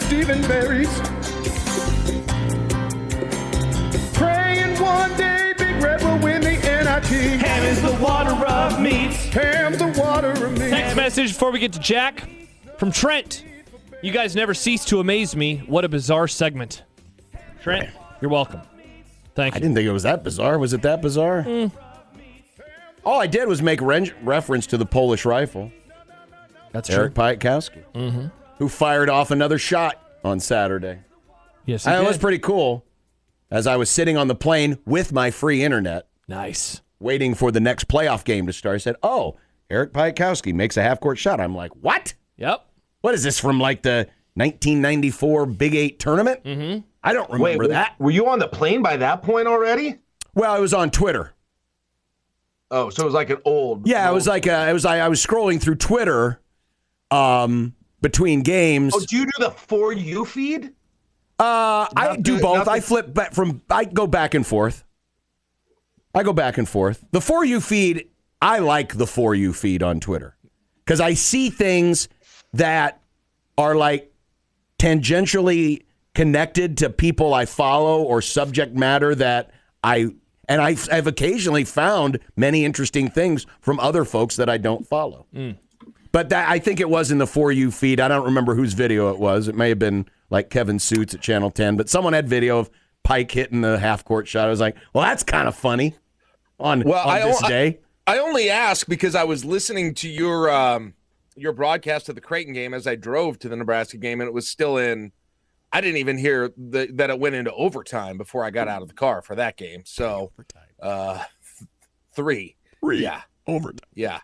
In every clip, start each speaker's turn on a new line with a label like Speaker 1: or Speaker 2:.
Speaker 1: Stephen Berries. Praying one day Big Red will win the NIT.
Speaker 2: Ham is the water of meat.
Speaker 1: Ham's the water of me.
Speaker 3: Text message before we get to Jack from Trent. You guys never cease to amaze me. What a bizarre segment. Trent, you're welcome. Thank
Speaker 4: I
Speaker 3: you.
Speaker 4: didn't think it was that bizarre. Was it that bizarre? All I did was make ren- reference to the Polish rifle,
Speaker 3: That's
Speaker 4: Eric Pietkowski, who fired off another shot on Saturday.
Speaker 3: Yes, you
Speaker 4: That
Speaker 3: did.
Speaker 4: was pretty cool. As I was sitting on the plane with my free internet,
Speaker 3: nice.
Speaker 4: waiting for the next playoff game to start, I said, "Oh, Eric Pietkowski makes a half-court shot." I'm like, "What?
Speaker 3: Yep.
Speaker 4: What is this from like the 1994 Big Eight tournament?" Mm-hmm. I don't remember
Speaker 2: were-
Speaker 4: that.
Speaker 2: Were you on the plane by that point already?
Speaker 4: Well, it was on Twitter.
Speaker 2: Oh, so it was like an old.
Speaker 4: Yeah, it
Speaker 2: old-
Speaker 4: was like uh, it was. I, I was scrolling through Twitter, um, between games.
Speaker 2: Oh, do you do the for you feed?
Speaker 4: Uh, I
Speaker 2: Not
Speaker 4: do
Speaker 2: the-
Speaker 4: both.
Speaker 2: not the-
Speaker 4: I flip back from. I go back and forth. I go back and forth. The for you feed. I like the for you feed on Twitter because I see things that are like tangentially connected to people I follow or subject matter that I and I've, I've occasionally found many interesting things from other folks that I don't follow. But that I think it was in the for you feed. I don't remember whose video it was. It may have been like Kevin Suits at Channel 10, but someone had video of Pike hitting the half court shot. I was like, well, that's kind of funny on,
Speaker 5: Well,
Speaker 4: on
Speaker 5: I
Speaker 4: this
Speaker 5: don't- I-
Speaker 4: day.
Speaker 5: I only ask because I was listening to your um, your broadcast of the Creighton game as I drove to the Nebraska game, and it was still in. I didn't even hear the, that it went into overtime before I got out of the car for that game. So, uh, three,
Speaker 4: Three.
Speaker 5: yeah,
Speaker 4: Overtime.
Speaker 5: yeah.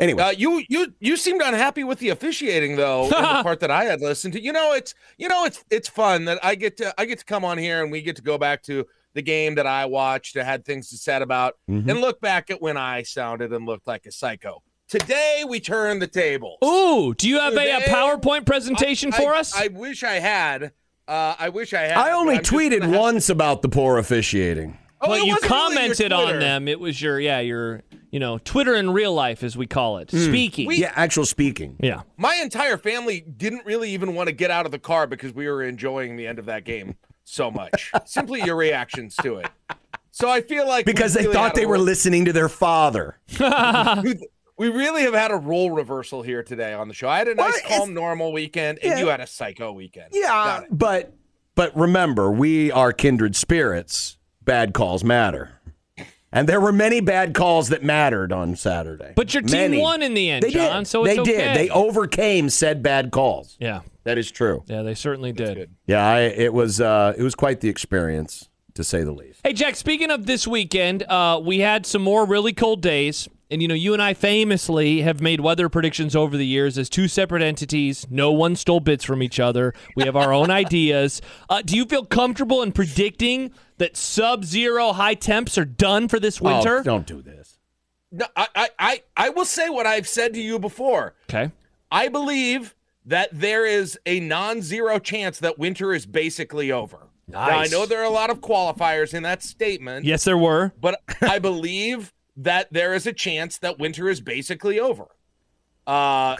Speaker 4: Anyway,
Speaker 5: Uh, you you you seemed unhappy with the officiating though. in the part that I had listened to. You know, it's you know it's it's fun that I get to I get to come on here and we get to go back to the game that I watched. I had things to said about
Speaker 3: Mm-hmm.
Speaker 4: Mhm.
Speaker 5: and look back at when I sounded and looked like a psycho. Today we turn the table.
Speaker 3: Ooh, do you have a, uh
Speaker 5: Today-
Speaker 3: PowerPoint presentation
Speaker 5: I-
Speaker 3: for
Speaker 5: I-
Speaker 3: us?
Speaker 5: I wish I had. Uh, I wish I had.
Speaker 4: I
Speaker 5: but
Speaker 4: only
Speaker 5: I'm just
Speaker 4: tweeted
Speaker 5: gonna have-
Speaker 4: once about the poor officiating.
Speaker 5: Oh,
Speaker 3: well,
Speaker 5: it
Speaker 3: you
Speaker 5: wasn't really your
Speaker 3: commented on
Speaker 5: Twitter.
Speaker 3: them. It was your yeah, your you know Twitter in real life, as we call it, speaking.
Speaker 5: Hmm. We-
Speaker 4: Yeah, actual speaking.
Speaker 3: yeah,
Speaker 5: My entire family didn't really even want to get out of the car because we were enjoying the end of that game so much. Simply your reactions to it. So I feel like we
Speaker 4: Because they
Speaker 5: really
Speaker 4: thought
Speaker 5: had a
Speaker 4: they were
Speaker 5: role-
Speaker 4: listening to their father.
Speaker 5: we really have had a role reversal here today on the show. I had a
Speaker 4: Well,
Speaker 5: nice,
Speaker 4: it's-
Speaker 5: calm, normal weekend, and
Speaker 4: Yeah.
Speaker 5: you had a psycho weekend.
Speaker 4: Yeah,
Speaker 5: Got it.
Speaker 4: but but remember, we are kindred spirits. Bad calls matter. And there were many bad calls that mattered on Saturday.
Speaker 3: but your team
Speaker 4: Many.
Speaker 3: won in the end,
Speaker 4: They
Speaker 3: John.
Speaker 4: did.
Speaker 3: So it's
Speaker 4: they
Speaker 3: okay.
Speaker 4: did. They overcame said bad calls.
Speaker 3: yeah,
Speaker 4: That is true.
Speaker 3: yeah, they certainly did.
Speaker 5: good.
Speaker 4: Yeah, I, it was uh, it was quite the experience to say the least.
Speaker 3: Hey, Jack, speaking of this weekend, uh, we had some more really cold days. And, you know, you and I famously have made weather predictions over the years as two separate entities. No one stole bits from each other. We have our own ideas. Uh, do you feel comfortable in predicting that sub zero high temps are done for this winter?
Speaker 4: Oh, don't do this.
Speaker 5: No, I, I, I, I will say what I've said to you before.
Speaker 3: Okay.
Speaker 5: I believe that there is a non-zero chance that winter is basically over. Now, I
Speaker 3: Nice.
Speaker 5: know there are a lot of qualifiers in that statement.
Speaker 3: Yes, there were.
Speaker 5: but I believe that there is a chance that winter is basically over. Uh,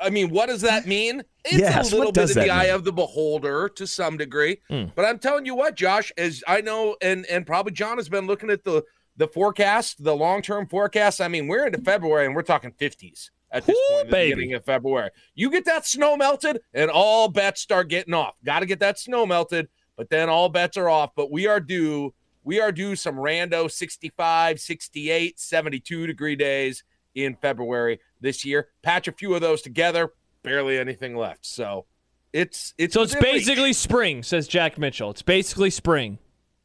Speaker 5: I mean, what does that mean? It's
Speaker 4: Yes,
Speaker 5: a little
Speaker 4: what
Speaker 5: bit
Speaker 4: does
Speaker 5: in the
Speaker 4: that
Speaker 5: eye
Speaker 4: mean?
Speaker 5: of the beholder to some degree.
Speaker 3: Hmm.
Speaker 5: But I'm telling you what, Josh, as I know, and and probably John has been looking at the the forecast, the long term forecast. I mean, we're into February and we're talking 50s at this
Speaker 3: Whoo,
Speaker 5: point, in the
Speaker 3: baby.
Speaker 5: beginning of February. You get that snow melted, and all bets start getting off. Got to get that snow melted, but then all bets are off. But we are due we are due some rando 65, 68, 72 degree days in February this year. Patch a few of those together, barely anything left. So it's it's
Speaker 3: So it's
Speaker 5: within reach.
Speaker 3: basically spring, says Jack Mitchell. It's basically spring.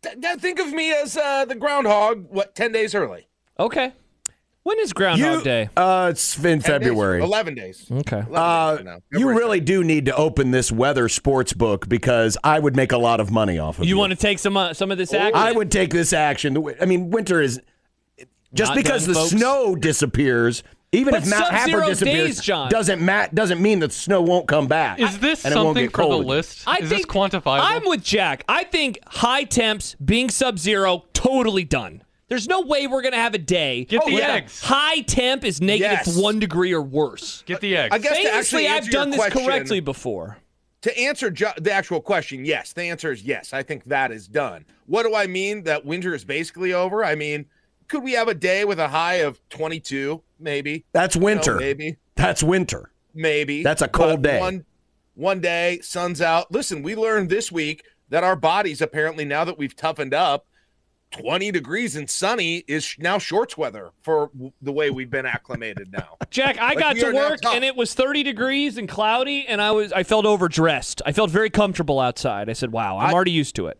Speaker 5: Th- th- think of me as uh, the groundhog. What ten days early?
Speaker 3: Okay. When is Groundhog
Speaker 4: You-
Speaker 3: Day?
Speaker 4: Uh, it's in
Speaker 5: 10 days,
Speaker 4: February.
Speaker 5: eleven days.
Speaker 3: Okay.
Speaker 5: 11 days
Speaker 4: Uh,
Speaker 5: from now.
Speaker 4: you
Speaker 5: February
Speaker 4: really do need to open this weather sports book because I would make a lot of money off of
Speaker 3: You
Speaker 4: you.
Speaker 3: want to take some uh, some of this action?
Speaker 4: Oh. I would take this action. The wi- I mean, winter is just
Speaker 3: Not
Speaker 4: because
Speaker 3: done,
Speaker 4: the
Speaker 3: folks.
Speaker 4: snow disappears. Even
Speaker 3: But
Speaker 4: if Mount Happer
Speaker 3: sub-zero
Speaker 4: disappears,
Speaker 3: days, John.
Speaker 4: doesn't ma- doesn't mean that snow won't come back.
Speaker 6: Is this
Speaker 4: and it won't
Speaker 6: something
Speaker 4: get
Speaker 6: for the
Speaker 4: cold again.
Speaker 6: list? Is this quantifiable?
Speaker 3: I'm with Jack. I think high temps being sub zero totally done. There's no way we're gonna have a day.
Speaker 6: Get the
Speaker 3: where
Speaker 6: eggs.
Speaker 3: High temp is negative
Speaker 5: Yes.
Speaker 3: one degree or worse.
Speaker 6: Get the eggs.
Speaker 5: I guess to actually
Speaker 3: Famously, I've
Speaker 5: answer your
Speaker 3: done this
Speaker 5: question,
Speaker 3: correctly before.
Speaker 5: to answer ju- the actual question, yes, the answer is yes. I think that is done. What do I mean that winter is basically over? I mean, could we have a day with a high of 22? Maybe.
Speaker 4: That's
Speaker 5: You know,
Speaker 4: winter.
Speaker 5: Oh, maybe.
Speaker 4: That's winter.
Speaker 5: Maybe.
Speaker 4: That's a cold
Speaker 5: But
Speaker 4: day.
Speaker 5: One, one day, sun's out. Listen, we learned this week that our bodies, apparently, now that we've toughened up, 20 degrees and sunny is sh- now shorts weather for w- the way we've been acclimated now.
Speaker 3: Jack, I
Speaker 5: Like,
Speaker 3: got
Speaker 5: we
Speaker 3: to
Speaker 5: are now
Speaker 3: work
Speaker 5: tough.
Speaker 3: and it was 30 degrees and cloudy, and I was I felt overdressed. I felt very comfortable outside. I said, "Wow, I'm
Speaker 5: I-
Speaker 3: already used to it."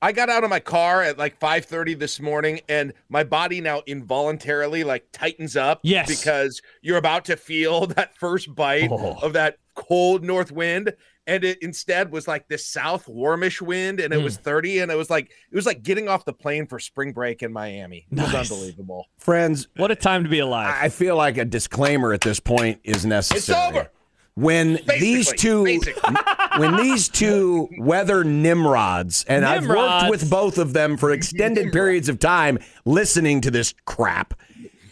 Speaker 5: I got out of my car at like 5:30 this morning and my body now involuntarily like tightens up
Speaker 3: Yes.
Speaker 5: because you're about to feel that first bite
Speaker 3: Oh.
Speaker 5: of that cold north wind and it instead was like this south warmish wind and it was
Speaker 3: Mm.
Speaker 5: 30 and it was like it was like getting off the plane for spring break in Miami. It was
Speaker 3: Nice.
Speaker 5: unbelievable.
Speaker 4: Friends,
Speaker 3: What a time to be alive.
Speaker 4: I feel like a disclaimer at this point is necessary.
Speaker 5: over.
Speaker 4: When these
Speaker 5: Basically,
Speaker 4: two,
Speaker 5: basically.
Speaker 4: when these two weather nimrods, and I've worked
Speaker 3: Nimrods.
Speaker 4: with both of them for extended periods of time, listening to this crap.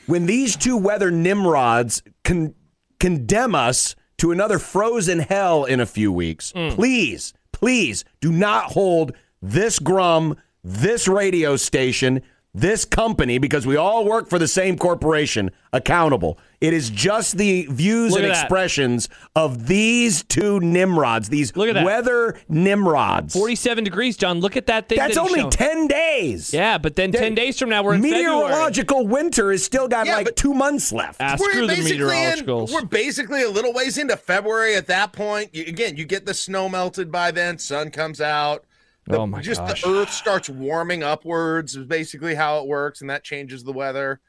Speaker 4: When these two weather nimrods con- condemn us to another frozen hell in a few weeks,
Speaker 3: Mm.
Speaker 4: please, please do not hold this grum, this radio station, this company, because we all work for the same corporation, accountable. It is just the views
Speaker 3: Look
Speaker 4: and
Speaker 3: at that.
Speaker 4: expressions of these two nimrods, these
Speaker 3: Look at that.
Speaker 4: weather nimrods.
Speaker 3: 47 degrees, John. Look at that thing.
Speaker 4: That's
Speaker 3: that he's
Speaker 4: only
Speaker 3: showing.
Speaker 4: 10 days.
Speaker 3: Yeah, but then 10 days from now we're in February.
Speaker 4: Meteorological winter has still got
Speaker 5: Yeah,
Speaker 4: like
Speaker 5: but-
Speaker 4: two months left.
Speaker 3: Ah, screw the
Speaker 5: in,
Speaker 3: meteorologicals.
Speaker 5: we're basically a little ways into February at that point. You, again, you get the snow melted by then, sun comes out. The,
Speaker 3: Oh my
Speaker 5: just
Speaker 3: gosh.
Speaker 5: the earth starts warming upwards is basically how it works, and that changes the weather.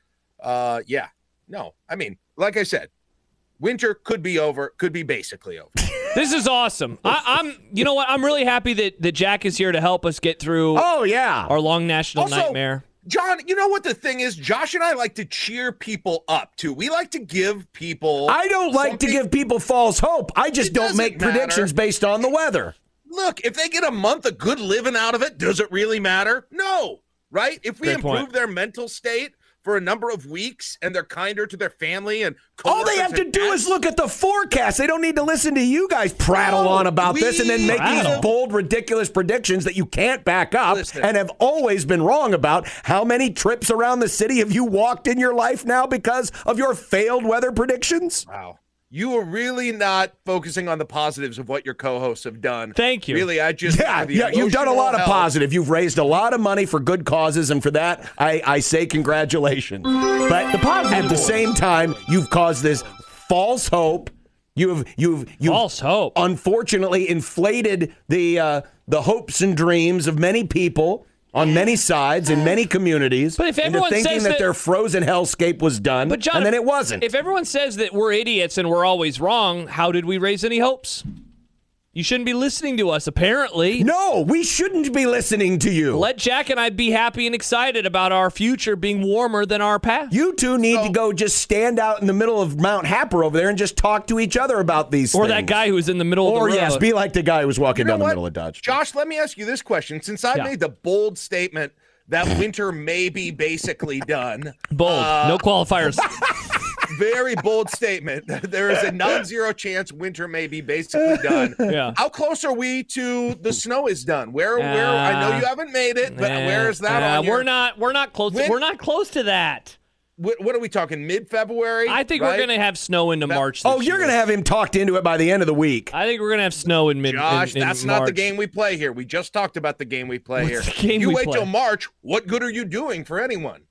Speaker 5: Uh yeah. No, I mean, like I said, winter could be over, could be basically over.
Speaker 3: This is awesome. I, I'm, you know what? I'm really happy that, that Jack is here to help us get through
Speaker 4: oh, yeah.
Speaker 3: our long national
Speaker 5: Also-
Speaker 3: nightmare.
Speaker 5: John, you know what the thing is? Josh and I like to cheer people up too. We like to give people
Speaker 4: I don't like to
Speaker 5: something-
Speaker 4: give people false hope. I just
Speaker 5: It
Speaker 4: don't make
Speaker 5: doesn't matter.
Speaker 4: predictions based on the weather.
Speaker 5: look, if they get a month of good living out of it, does it really matter? No, right? If we
Speaker 3: Great
Speaker 5: improve
Speaker 3: point.
Speaker 5: their mental state for a number of weeks and they're kinder to their family and
Speaker 4: All they
Speaker 5: coworkers
Speaker 4: have to
Speaker 5: and
Speaker 4: do
Speaker 5: pets-
Speaker 4: is look at the forecast. They don't need to listen to you guys prattle
Speaker 5: No,
Speaker 4: on about this and then
Speaker 5: we-
Speaker 4: make these
Speaker 3: Prattle.
Speaker 4: bold, ridiculous predictions that you can't back up
Speaker 5: Listen.
Speaker 4: and have always been wrong about. How many trips around the city have you walked in your life now because of your failed weather predictions?
Speaker 5: Wow. You are really not focusing on the positives of what your co-hosts have done.
Speaker 3: Thank you.
Speaker 5: Really, I just
Speaker 4: Yeah,
Speaker 5: for the
Speaker 4: yeah, you've done a
Speaker 5: emotional
Speaker 4: lot of
Speaker 5: health-
Speaker 4: positive. You've raised a lot of money for good causes, and for that, I, I say congratulations. But at the same time, you've caused this false hope. You've you've you've
Speaker 3: False hope.
Speaker 4: unfortunately inflated the uh, the hopes and dreams of many people on many sides in many communities
Speaker 3: But if
Speaker 4: into
Speaker 3: everyone
Speaker 4: thinking
Speaker 3: says
Speaker 4: that,
Speaker 3: that-
Speaker 4: their frozen hellscape was done,
Speaker 3: But John,
Speaker 4: and then
Speaker 3: if-
Speaker 4: it wasn't.
Speaker 3: If everyone says that we're idiots and we're always wrong, how did we raise any hopes? You shouldn't be listening to us, apparently.
Speaker 4: no, we shouldn't be listening to you.
Speaker 3: Let Jack and I be happy and excited about our future being warmer than our past.
Speaker 4: You two need to go just stand out in the middle of Mount Happer over there and just talk to each other about these
Speaker 3: or
Speaker 4: things.
Speaker 3: that guy who was in the middle
Speaker 4: Or
Speaker 3: of the road.
Speaker 4: yes, be like the guy who was walking
Speaker 5: You know
Speaker 4: down the
Speaker 5: what?
Speaker 4: middle of Dodge. Street.
Speaker 5: Josh, let me ask you this question. Since I
Speaker 3: Yeah.
Speaker 5: made the bold statement that winter may be basically done,
Speaker 3: Bold.
Speaker 4: uh,
Speaker 3: no qualifiers.
Speaker 5: very bold statement. There is a non-zero chance winter may be basically done.
Speaker 3: Yeah.
Speaker 5: How close are we to the snow is done? Where? where? I know you haven't made it, but
Speaker 3: Uh, Eh,
Speaker 5: where is that?
Speaker 3: eh,
Speaker 5: on your-
Speaker 3: we're not. We're not close.
Speaker 5: When-
Speaker 3: we're not close to that.
Speaker 5: What, what are we talking? Mid-February?
Speaker 3: I think
Speaker 5: right?
Speaker 3: we're gonna have snow into March.
Speaker 4: Oh,
Speaker 3: this
Speaker 4: you're
Speaker 3: year.
Speaker 4: going to have him talked into it by the end of the week.
Speaker 3: I think we're gonna have snow in mid. in-
Speaker 5: Josh,
Speaker 3: in
Speaker 5: that's not the
Speaker 3: March.
Speaker 5: game we play here. We just talked about the game we play
Speaker 3: What's
Speaker 5: here.
Speaker 3: the game
Speaker 5: you
Speaker 3: we
Speaker 5: wait
Speaker 3: play?
Speaker 5: till March. What good are you doing for anyone?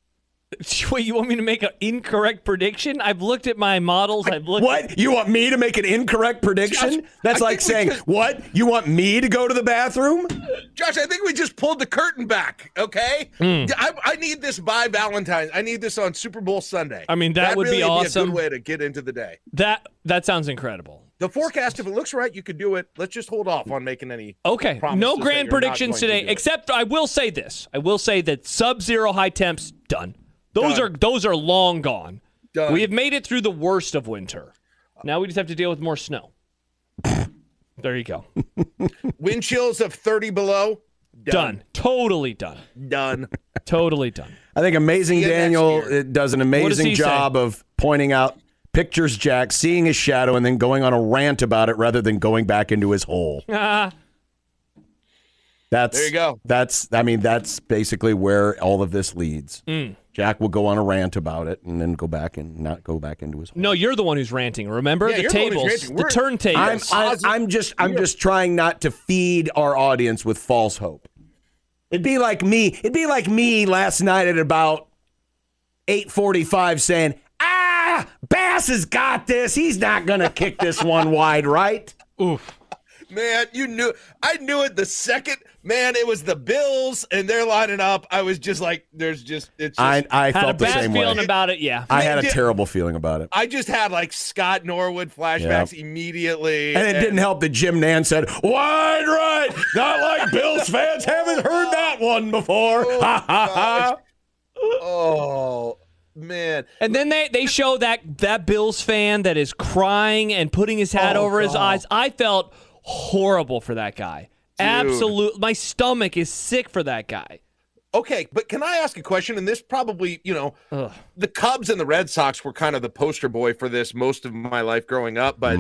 Speaker 3: Wait, you want me to make an incorrect prediction? I've looked at my models. I've looked.
Speaker 4: What? You want me to make an incorrect prediction?
Speaker 5: Josh,
Speaker 4: That's
Speaker 5: I
Speaker 4: like
Speaker 5: think we
Speaker 4: saying,
Speaker 5: just-
Speaker 4: "What? You want me to go to the bathroom?"
Speaker 5: Josh, I think we just pulled the curtain back. Okay,
Speaker 3: Hmm.
Speaker 5: I, I need this by Valentine's. I need this on Super Bowl Sunday.
Speaker 3: I mean, that would be
Speaker 5: really Be a
Speaker 3: awesome.
Speaker 5: good way to get into the day.
Speaker 3: That that sounds incredible.
Speaker 5: The forecast, if it looks right, you could do it. Let's just hold off on making any.
Speaker 3: Okay,
Speaker 5: promises
Speaker 3: no
Speaker 5: that
Speaker 3: grand
Speaker 5: you're not
Speaker 3: predictions
Speaker 5: going to
Speaker 3: today.
Speaker 5: do it.
Speaker 3: Except I will say this. I will say that sub-zero high temps done. Those are those are long gone.
Speaker 5: Done.
Speaker 3: We have made it through the worst of winter. Now we just have to deal with more snow. there you go.
Speaker 5: Wind chills of 30 below.
Speaker 3: done. Totally done.
Speaker 5: Done.
Speaker 3: Totally done.
Speaker 4: I think Amazing
Speaker 5: See you next
Speaker 4: Daniel
Speaker 5: year.
Speaker 4: uh, does an
Speaker 3: does he
Speaker 4: amazing
Speaker 3: say?
Speaker 4: job of pointing out pictures Jack seeing his shadow and then going on a rant about it rather than going back into his hole.
Speaker 3: Ah,
Speaker 4: That's
Speaker 5: There you go.
Speaker 4: That's I mean that's basically where all of this leads.
Speaker 3: Mm.
Speaker 4: Jack will go on a rant about it and then go back and not go back into his hole.
Speaker 3: no, you're the one who's ranting. Remember
Speaker 5: Yeah,
Speaker 3: the
Speaker 5: you're the one who's
Speaker 3: tables,
Speaker 5: ranting.
Speaker 3: the
Speaker 5: We're-
Speaker 4: I'm,
Speaker 3: turntables.
Speaker 4: I, I'm just I'm just trying not to feed our audience with false hope. It'd be like me. It'd be like me last night at about 8:45 saying, "Ah, Bass has got this. He's not going to kick this one wide, right?"
Speaker 5: Man, you knew I knew it the second. Man, it was the Bills and they're lining up. I was just like, there's just it's. Just,
Speaker 4: I I
Speaker 3: Had a
Speaker 4: felt the
Speaker 3: bad
Speaker 4: same
Speaker 3: feeling
Speaker 4: way.
Speaker 3: about it. Yeah.
Speaker 4: I had a
Speaker 5: Yeah.
Speaker 4: terrible feeling about it.
Speaker 5: I just had like Scott Norwood flashbacks immediately.
Speaker 4: And it didn't help that Jim Nan said, "Wide right." Not like Bills fans haven't heard that one before. Ha ha ha.
Speaker 5: Oh man,
Speaker 3: And then they, they show that that Bills fan that is crying and putting his hat
Speaker 5: Oh,
Speaker 3: over his
Speaker 5: God.
Speaker 3: eyes. I felt horrible for that guy. Absolute, my stomach is sick for that guy.
Speaker 5: Okay, but can I ask a question? And this probably, you know,
Speaker 3: Ugh.
Speaker 5: the Cubs and the Red Sox were kind of the poster boy for this most of my life growing up. But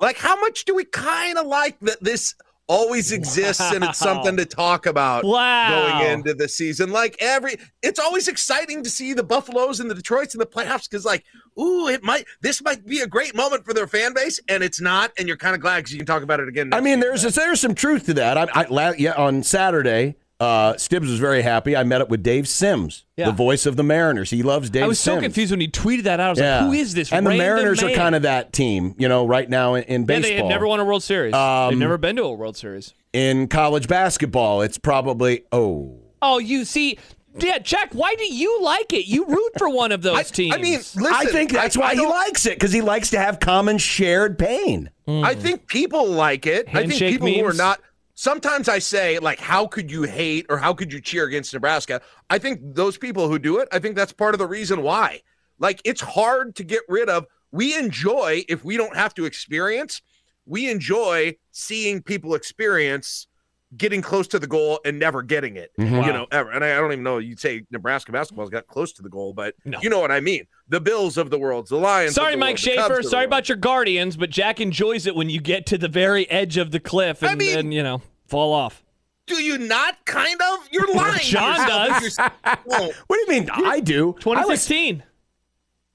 Speaker 5: like, how much do we kind of like that this always exists and it's
Speaker 3: Wow.
Speaker 5: something to talk about
Speaker 3: Wow.
Speaker 5: going into the season? Like every, it's always exciting to see the Buffaloes and the Detroits in the playoffs because like, ooh, it might this might be a great moment for their fan base, and it's not, and you're kind of glad because you can talk about it again.
Speaker 4: I
Speaker 5: next
Speaker 4: mean,
Speaker 5: year.
Speaker 4: there's there's some truth to that. I, I la- yeah, on Saturday, uh, Stibbs was very happy. I met up with Dave Sims,
Speaker 3: Yeah.
Speaker 4: the voice of the Mariners. He loves Dave.
Speaker 3: I was so
Speaker 4: Sims.
Speaker 3: confused when he tweeted that out. I was
Speaker 4: Yeah.
Speaker 3: like, who is this?
Speaker 4: And the
Speaker 3: random
Speaker 4: Mariners are
Speaker 3: man?
Speaker 4: kind of that team, you know, right now in, in
Speaker 3: Yeah,
Speaker 4: baseball.
Speaker 3: they had never won a World Series. They've
Speaker 4: Um,
Speaker 3: never been to a World Series.
Speaker 4: in college basketball, it's probably oh.
Speaker 3: Oh, you see, yeah, Jack, why do you like it? You root for one of those teams.
Speaker 5: I mean, listen,
Speaker 4: I think that's why
Speaker 5: I
Speaker 4: he
Speaker 5: don't-
Speaker 4: likes it because he likes to have common shared pain.
Speaker 5: I think people like it. I
Speaker 3: Mm. Handshake
Speaker 5: think people who are
Speaker 3: memes?
Speaker 5: not. Sometimes I say like, how could you hate or how could you cheer against Nebraska? I think those people who do it, I think that's part of the reason why. Like, it's hard to get rid of. We enjoy if we don't have to experience. We enjoy seeing people experience getting close to the goal and never getting it.
Speaker 3: Mm-hmm.
Speaker 5: You know, ever. And I, I don't even know. You'd say Nebraska basketball's got close to the goal, but
Speaker 3: No.
Speaker 5: you know what I mean. The Bills of the world, the Lions. of
Speaker 3: Sorry,
Speaker 5: the
Speaker 3: Mike
Speaker 5: world, the Cubs
Speaker 3: Schaefer.
Speaker 5: of the
Speaker 3: Sorry
Speaker 5: world.
Speaker 3: about your Guardians, but Jack enjoys it when you get to the very edge of the cliff and,
Speaker 5: I mean-
Speaker 3: and you know, fall off.
Speaker 5: Do you not? Kind of. You're lying. to
Speaker 3: John
Speaker 5: yourself. Well,
Speaker 4: What do you mean? I do. I was,
Speaker 3: 2016,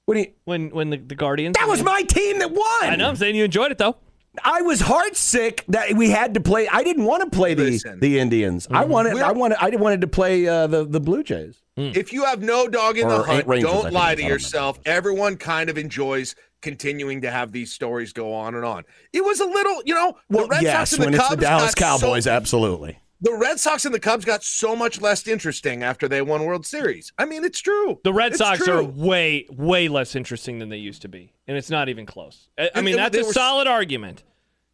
Speaker 4: what do you,
Speaker 3: when when the, the Guardians.
Speaker 4: that was my team that won.
Speaker 3: I know. I'm saying you enjoyed it though.
Speaker 4: I was heartsick that we had to play. I didn't want to play the,
Speaker 5: Listen. Mm-hmm.
Speaker 4: the Indians. I wanted. I wanted. I wanted to play uh, the the Blue Jays.
Speaker 5: if you have no dog in
Speaker 4: Hmm. Or
Speaker 5: the hunt,
Speaker 4: eight Rangers, I
Speaker 5: don't
Speaker 4: think
Speaker 5: lie
Speaker 4: it is.
Speaker 5: to
Speaker 4: I don't know.
Speaker 5: yourself. Everyone kind of enjoys continuing to have these stories go on and on. It was a little, you know, the Red
Speaker 4: yes,
Speaker 5: Sox and
Speaker 4: when
Speaker 5: the
Speaker 4: it's
Speaker 5: Cubs
Speaker 4: the Dallas
Speaker 5: got so-
Speaker 4: Cowboys, absolutely.
Speaker 5: the Red Sox and the Cubs got so much less interesting after they won World Series. I mean, it's true.
Speaker 3: The Red
Speaker 5: It's
Speaker 3: Sox
Speaker 5: true.
Speaker 3: are way way less interesting than they used to be, and it's not even close. I, I
Speaker 5: And
Speaker 3: mean,
Speaker 5: they-
Speaker 3: that's
Speaker 5: they
Speaker 3: a
Speaker 5: were-
Speaker 3: solid argument.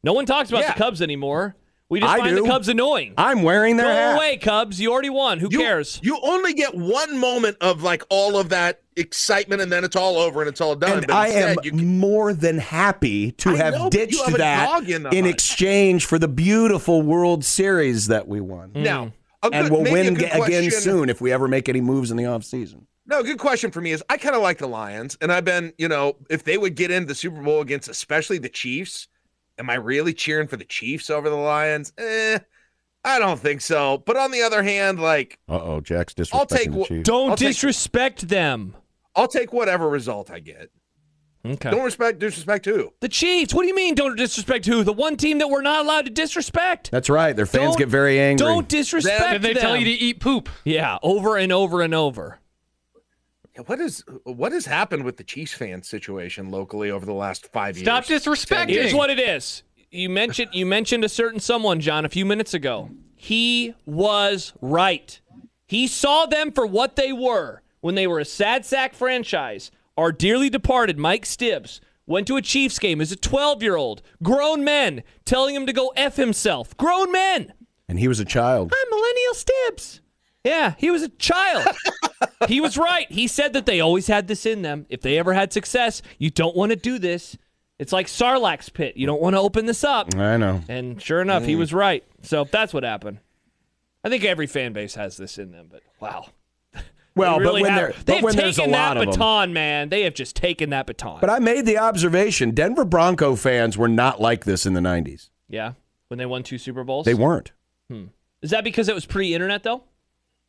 Speaker 3: No one talks about
Speaker 5: Yeah.
Speaker 3: the Cubs anymore. We just
Speaker 4: I
Speaker 3: find
Speaker 4: do.
Speaker 3: the Cubs annoying.
Speaker 4: I'm wearing their
Speaker 3: Go
Speaker 4: hat.
Speaker 3: away, Cubs. You already won. Who
Speaker 5: You-
Speaker 3: cares?
Speaker 5: You only get one moment of like all of that excitement, and then it's all over and it's all done.
Speaker 4: And
Speaker 5: But
Speaker 4: I am
Speaker 5: instead, you
Speaker 4: more than happy to
Speaker 5: I
Speaker 4: have
Speaker 5: know, but you
Speaker 4: ditched
Speaker 5: have a
Speaker 4: that
Speaker 5: dog in the
Speaker 4: in
Speaker 5: hunt.
Speaker 4: exchange for the beautiful World Series that we won.
Speaker 5: now.
Speaker 4: Mm.
Speaker 5: a
Speaker 4: And
Speaker 5: Mm. good-
Speaker 4: we'll
Speaker 5: maybe a
Speaker 4: win
Speaker 5: good
Speaker 4: ga- again
Speaker 5: question-
Speaker 4: soon if we ever make any moves in the offseason.
Speaker 5: No, good question for me is I kind of like the Lions, and I've been, you know, if they would get into the Super Bowl against especially the Chiefs, am I really cheering for the Chiefs over the Lions? Eh, I don't think so. But on the other hand, like
Speaker 4: Uh oh, Jack's disrespecting
Speaker 5: I'll take wh-
Speaker 3: Don't
Speaker 5: I'll take-
Speaker 3: disrespect them.
Speaker 5: I'll take whatever result I get.
Speaker 3: Okay.
Speaker 5: Don't respect disrespect who?
Speaker 3: the Chiefs. What do you mean? Don't disrespect who? The one team that we're not allowed to disrespect.
Speaker 4: That's right. Their fans
Speaker 3: Don't-
Speaker 4: get very angry.
Speaker 3: Don't disrespect
Speaker 5: Then-
Speaker 6: And they
Speaker 3: them.
Speaker 6: tell you to eat poop.
Speaker 3: yeah, over and over and over.
Speaker 5: Yeah, What is what has happened with the Chiefs fan situation locally over the last five
Speaker 6: Stop
Speaker 5: years?
Speaker 6: disrespecting.
Speaker 3: Here's what it is. You mentioned you mentioned a certain someone, John, a few minutes ago. He was right. He saw them for what they were when they were a sad sack franchise. Our dearly departed Mike Stibbs went to a Chiefs game as a 12 year old. Grown men telling him to go F himself. Grown men.
Speaker 4: And he was a child.
Speaker 3: I'm millennial Stibbs. Yeah, he was a child. he was right. He said that they always had this in them. If they ever had success, you don't want to do this. It's like Sarlacc's pit. You don't want to open this up.
Speaker 4: I know.
Speaker 3: And sure enough,
Speaker 4: Mm.
Speaker 3: he was right. So that's what happened. I think every fan base has this in them, but wow.
Speaker 4: Well,
Speaker 3: They really
Speaker 4: but when,
Speaker 3: have-
Speaker 4: there, but
Speaker 3: they've
Speaker 4: when there's a
Speaker 3: taken
Speaker 4: lot
Speaker 3: that
Speaker 4: of them.
Speaker 3: baton, man. They have just taken that baton.
Speaker 4: But I made the observation Denver Bronco fans were not like this in the 90s.
Speaker 3: yeah, when they won two Super Bowls,
Speaker 4: They weren't.
Speaker 3: is that because it was pre-internet though?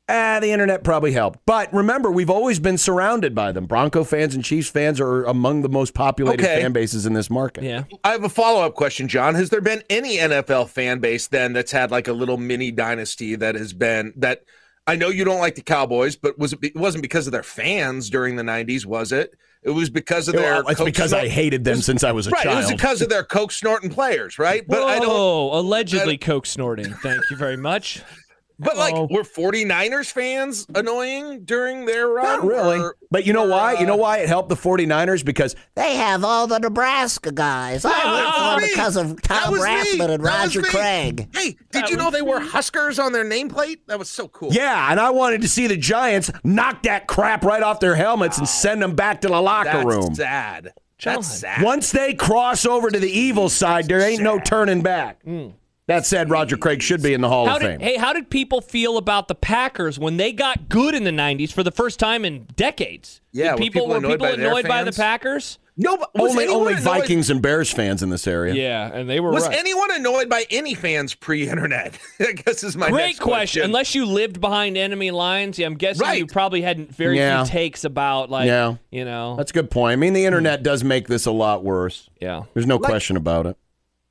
Speaker 4: Ah, the internet probably helped. But remember, we've always been surrounded by them. Bronco fans and Chiefs fans are among the most populated
Speaker 5: Okay.
Speaker 4: fan bases in this market.
Speaker 3: Yeah,
Speaker 5: I have a follow up question, John. Has there been any NFL fan base then that's had like a little mini dynasty that has been that? I know you don't like the Cowboys, but was it, be- it wasn't because of their fans during the '90s, was it? It was because of their.
Speaker 4: Well, it's
Speaker 5: Coke
Speaker 4: because I
Speaker 5: snort-
Speaker 4: hated them since I was a
Speaker 5: Right, it
Speaker 4: child.
Speaker 5: was because of their coke snorting players, right? But
Speaker 3: Whoa,
Speaker 5: I don't.
Speaker 3: allegedly coke snorting. Thank you very much.
Speaker 5: But like,
Speaker 3: Oh.
Speaker 5: were 49ers fans annoying during their run?
Speaker 4: Not really.
Speaker 5: Or-
Speaker 4: but you know
Speaker 5: or,
Speaker 4: why? You know
Speaker 5: uh,
Speaker 4: why it helped the 49ers? Because
Speaker 6: They have all the Nebraska guys. I
Speaker 5: that
Speaker 6: went
Speaker 5: was
Speaker 6: for
Speaker 5: me.
Speaker 6: them because of
Speaker 5: That
Speaker 6: Tom
Speaker 5: was me.
Speaker 6: Rathman and
Speaker 5: That was
Speaker 6: Roger
Speaker 5: me.
Speaker 6: Craig.
Speaker 5: Hey, did you know they wore Huskers on their nameplate? That was so cool.
Speaker 4: yeah, and I wanted to see the Giants knock that crap right off their helmets
Speaker 3: Ah,
Speaker 4: and send them back to the locker
Speaker 5: that's
Speaker 4: room.
Speaker 5: sad.
Speaker 3: John.
Speaker 5: That's sad.
Speaker 4: Once they cross over to the evil side, there ain't no turning back.
Speaker 5: Hmm.
Speaker 4: That said, Roger Craig should be in the Hall
Speaker 3: How
Speaker 4: of Fame.
Speaker 3: did, hey, how did people feel about the Packers when they got good in the '90s for the first time in decades?
Speaker 5: Yeah,
Speaker 3: Did
Speaker 5: were
Speaker 3: people
Speaker 5: people
Speaker 3: were
Speaker 5: annoyed
Speaker 3: people
Speaker 5: by their
Speaker 3: annoyed by the
Speaker 5: fans?
Speaker 3: Packers?
Speaker 5: No, but was
Speaker 4: only
Speaker 5: anyone
Speaker 4: only
Speaker 5: annoyed-
Speaker 4: Vikings and Bears fans in this area.
Speaker 3: Yeah, and they were
Speaker 5: Was
Speaker 3: right.
Speaker 5: anyone annoyed by any fans pre-internet? I guess is my
Speaker 3: Great
Speaker 5: next
Speaker 3: question. Unless you lived behind enemy lines, yeah, I'm guessing you
Speaker 5: Right.
Speaker 3: probably had very
Speaker 4: Yeah.
Speaker 3: few takes about like
Speaker 4: Yeah.
Speaker 3: you know.
Speaker 4: That's a good point. I mean, the
Speaker 5: Hmm.
Speaker 4: internet does make this a lot worse.
Speaker 3: yeah.
Speaker 4: There's no question about it.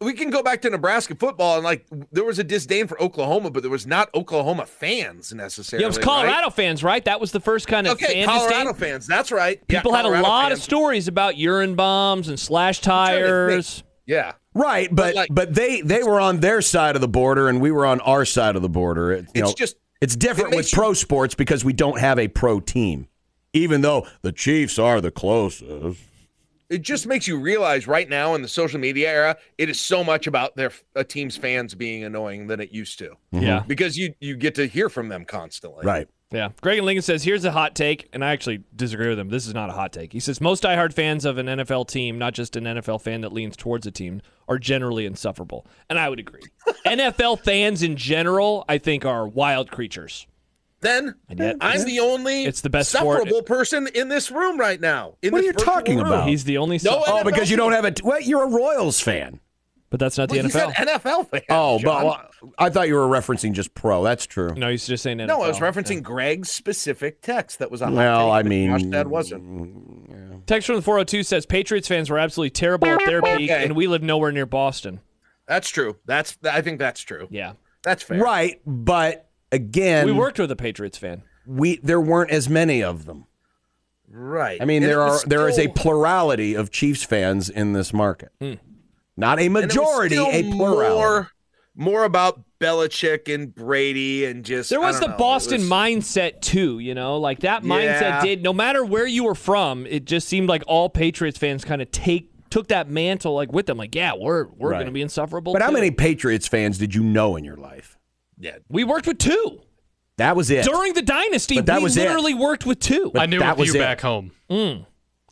Speaker 5: we can go back to Nebraska football and like there was a disdain for Oklahoma, but there was not Oklahoma fans necessarily.
Speaker 3: Yeah, it was
Speaker 5: right?
Speaker 3: Colorado fans, right? That was the first kind of
Speaker 5: Okay,
Speaker 3: fan
Speaker 5: Colorado
Speaker 3: disdain.
Speaker 5: fans. That's right. Yeah,
Speaker 3: People had a
Speaker 5: Colorado
Speaker 3: lot of
Speaker 5: fans.
Speaker 3: stories about urine bombs and slash tires.
Speaker 5: Yeah.
Speaker 4: Right, but but,
Speaker 5: like-
Speaker 4: they they were on their side of the border and we were on our side of the border. It- you
Speaker 5: It's
Speaker 4: know,
Speaker 5: just-
Speaker 4: it's different
Speaker 5: it
Speaker 4: with
Speaker 5: makes you-
Speaker 4: pro sports because we don't have a pro team. Even though the Chiefs are the closest.
Speaker 5: it just makes you realize right now in the social media era, it is so much about their a team's fans being annoying than it used to.
Speaker 3: Yeah.
Speaker 5: Because you you get to hear from them constantly.
Speaker 4: Hmm. Right.
Speaker 3: Yeah. Greg and Lincoln says, here's a hot take, and I actually disagree with him. This is not a hot take. He says, most diehard fans of an NFL team, not just an NFL fan that leans towards a team, are generally insufferable. And I would agree. NFL fans in general, I think, are wild creatures.
Speaker 5: Then
Speaker 3: yet-
Speaker 5: I'm the only
Speaker 3: It's the best sport.
Speaker 5: sufferable person in this room right now. In
Speaker 4: What are
Speaker 5: this
Speaker 4: you
Speaker 5: virtual
Speaker 4: talking
Speaker 5: room.
Speaker 4: about?
Speaker 3: He's the only.
Speaker 5: No,
Speaker 3: oh,
Speaker 4: Oh, because you don't have a t- what? You're a Royals fan.
Speaker 3: but that's not the
Speaker 5: Well, you said
Speaker 3: NFL.
Speaker 5: NFL fan.
Speaker 4: Oh,
Speaker 5: John.
Speaker 4: but I thought you were referencing just pro. That's true.
Speaker 3: no, he's just saying NFL.
Speaker 5: no, I was referencing Greg's specific text. That was on.
Speaker 4: Well, I mean-
Speaker 5: that wasn't.
Speaker 3: Text from the 402 says Patriots fans were absolutely terrible at their peak,
Speaker 5: Okay.
Speaker 3: and we live nowhere near Boston.
Speaker 5: That's true. That's I think that's true.
Speaker 3: Yeah.
Speaker 5: That's fair.
Speaker 4: Right, but again,
Speaker 3: we worked with a Patriots fan.
Speaker 4: we there weren't as many of them.
Speaker 5: Right.
Speaker 4: I mean,
Speaker 5: And
Speaker 4: there
Speaker 5: it
Speaker 4: are
Speaker 5: was
Speaker 4: there is a
Speaker 5: still- Hmm.
Speaker 4: plurality of Chiefs fans in this market. Not a
Speaker 5: and it was
Speaker 4: majority,
Speaker 5: still
Speaker 4: a plurality.
Speaker 5: More, more about Belichick and Brady and just
Speaker 3: There
Speaker 5: I
Speaker 3: was
Speaker 5: don't
Speaker 3: the
Speaker 5: know, it
Speaker 3: Boston
Speaker 5: was-
Speaker 3: mindset too, you know, like that mindset
Speaker 5: Yeah.
Speaker 3: did. No matter where you were from, it just seemed like all Patriots fans kind of take took that mantle like with them. Like, yeah, we're we're
Speaker 4: Right.
Speaker 3: going to be insufferable.
Speaker 4: But how
Speaker 3: too.
Speaker 4: many Patriots fans did you know in your life?
Speaker 5: Yeah.
Speaker 3: We worked with two
Speaker 4: That was it.
Speaker 3: during the dynasty.
Speaker 4: But that
Speaker 3: we
Speaker 4: was it.
Speaker 3: literally worked with two.
Speaker 7: I knew
Speaker 4: that
Speaker 7: a few
Speaker 4: was it.
Speaker 7: back home.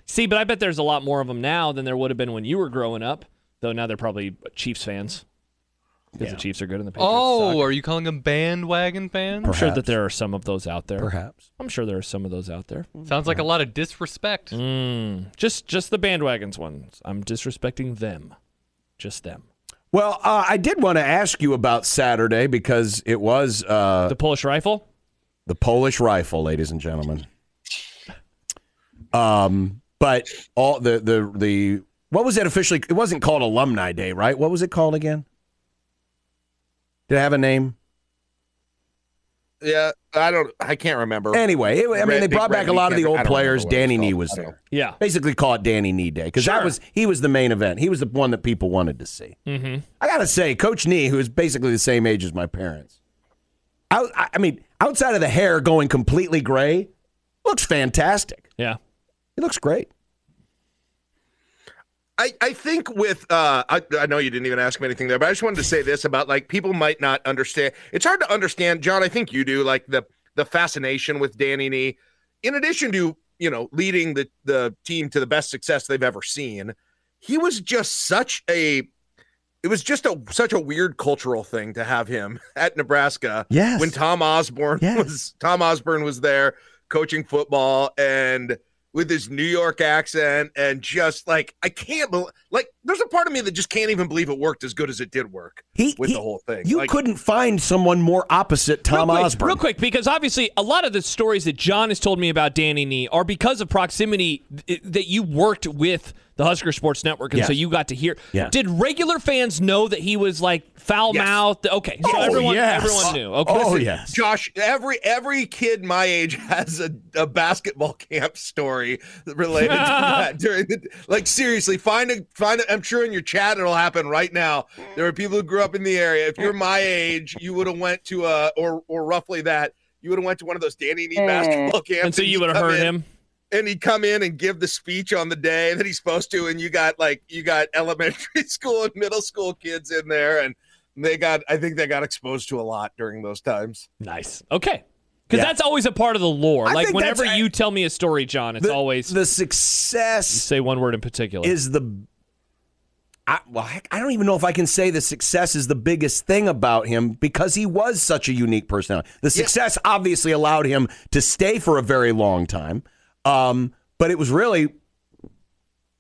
Speaker 3: See, but I bet there's a lot more of them now than there would have been when you were growing up. Though now they're probably Chiefs fans because the Chiefs are good in the Patriots.
Speaker 7: Oh,
Speaker 3: suck.
Speaker 7: are you calling them bandwagon fans?
Speaker 3: I'm sure that there are some of those out there.
Speaker 4: Perhaps.
Speaker 3: I'm sure there are some of those out there.
Speaker 7: Sounds like a lot of disrespect.
Speaker 3: Just just the bandwagons ones. I'm disrespecting them. Just them.
Speaker 4: Well, uh, I did want to ask you about Saturday because it was uh,
Speaker 3: The Polish rifle?
Speaker 4: the Polish rifle, ladies and gentlemen. Um, but all the the the what was that officially? It wasn't called Alumni Day, right? What was it called again? Did it have a name?
Speaker 5: Yeah. I don't. I can't remember.
Speaker 4: Anyway, it, I mean,
Speaker 5: Red-
Speaker 4: they
Speaker 5: Big
Speaker 4: brought
Speaker 5: Red
Speaker 4: back a lot of the
Speaker 5: Weekend. I
Speaker 4: old
Speaker 5: don't remember
Speaker 4: players.
Speaker 5: what it was
Speaker 4: Danny
Speaker 5: called.
Speaker 4: Knee was
Speaker 5: I don't
Speaker 4: there.
Speaker 3: Yeah.
Speaker 4: Basically, call it Danny Knee Day because that
Speaker 3: Sure.
Speaker 4: was he was the main event. He was the one that people wanted to see. Mm-hmm. I gotta say, Coach Knee, who is basically the same age as my parents, out, I, I mean, outside of the hair going completely gray, looks fantastic.
Speaker 3: Yeah.
Speaker 4: He looks great.
Speaker 5: I, I think with uh, I, I know you didn't even ask me anything there, but I just wanted to say this about like people might not understand. It's hard to understand, John. I think you do like the the fascination with Danny Nee. In addition to you know leading the the team to the best success they've ever seen, he was just such a. It was just a such a weird cultural thing to have him at Nebraska.
Speaker 4: Yes.
Speaker 5: When Tom Osborne
Speaker 4: Yes.
Speaker 5: was Tom Osborne was there. coaching football and with his New York accent and just like I can't believe like there's a part of me that just can't even believe it worked as good as it did work
Speaker 4: He,
Speaker 5: with
Speaker 4: he-
Speaker 5: the whole thing.
Speaker 4: You
Speaker 5: like,
Speaker 4: couldn't find someone more opposite Tom
Speaker 3: real quick,
Speaker 4: Osborne.
Speaker 3: Real quick, because obviously a lot of the stories that John has told me about Danny Nee are because of proximity th- that you worked with the Husker Sports Network, and
Speaker 4: Yes.
Speaker 3: so you got to hear.
Speaker 4: Yeah.
Speaker 3: Did regular fans know that he was like foul mouthed? Okay, so
Speaker 4: Oh,
Speaker 3: everyone,
Speaker 4: yes.
Speaker 3: everyone knew. Okay,
Speaker 4: Oh,
Speaker 3: Listen,
Speaker 4: yes.
Speaker 5: Josh, every every kid my age has a, a basketball camp story related to that. During the, like seriously, find a find. A, I'm sure in your chat it'll happen right now. There are people who grew up in the area. If you're my age, you would have went to a or or roughly that. You would have went to one of those Danny Nee basketball camps,
Speaker 3: And so you
Speaker 5: he'd
Speaker 3: would have
Speaker 5: come
Speaker 3: heard
Speaker 5: in-
Speaker 3: him.
Speaker 5: And he'd come in and give the speech on the day that he's supposed to, and you got like you got elementary school and middle school kids in there, and they got I think they got exposed to a lot during those times.
Speaker 3: Nice. Okay. Because
Speaker 4: Yeah.
Speaker 3: that's always a part of the lore.
Speaker 4: I
Speaker 3: like
Speaker 4: think
Speaker 3: whenever
Speaker 4: that's-
Speaker 3: you tell me a story, John, it's
Speaker 4: The-
Speaker 3: always
Speaker 4: the success
Speaker 3: say one word in particular.
Speaker 4: is the. I, well, heck, I don't even know if I can say the success is the biggest thing about him because he was such a unique personality. The success obviously allowed him to stay for a very long time, um, but it was really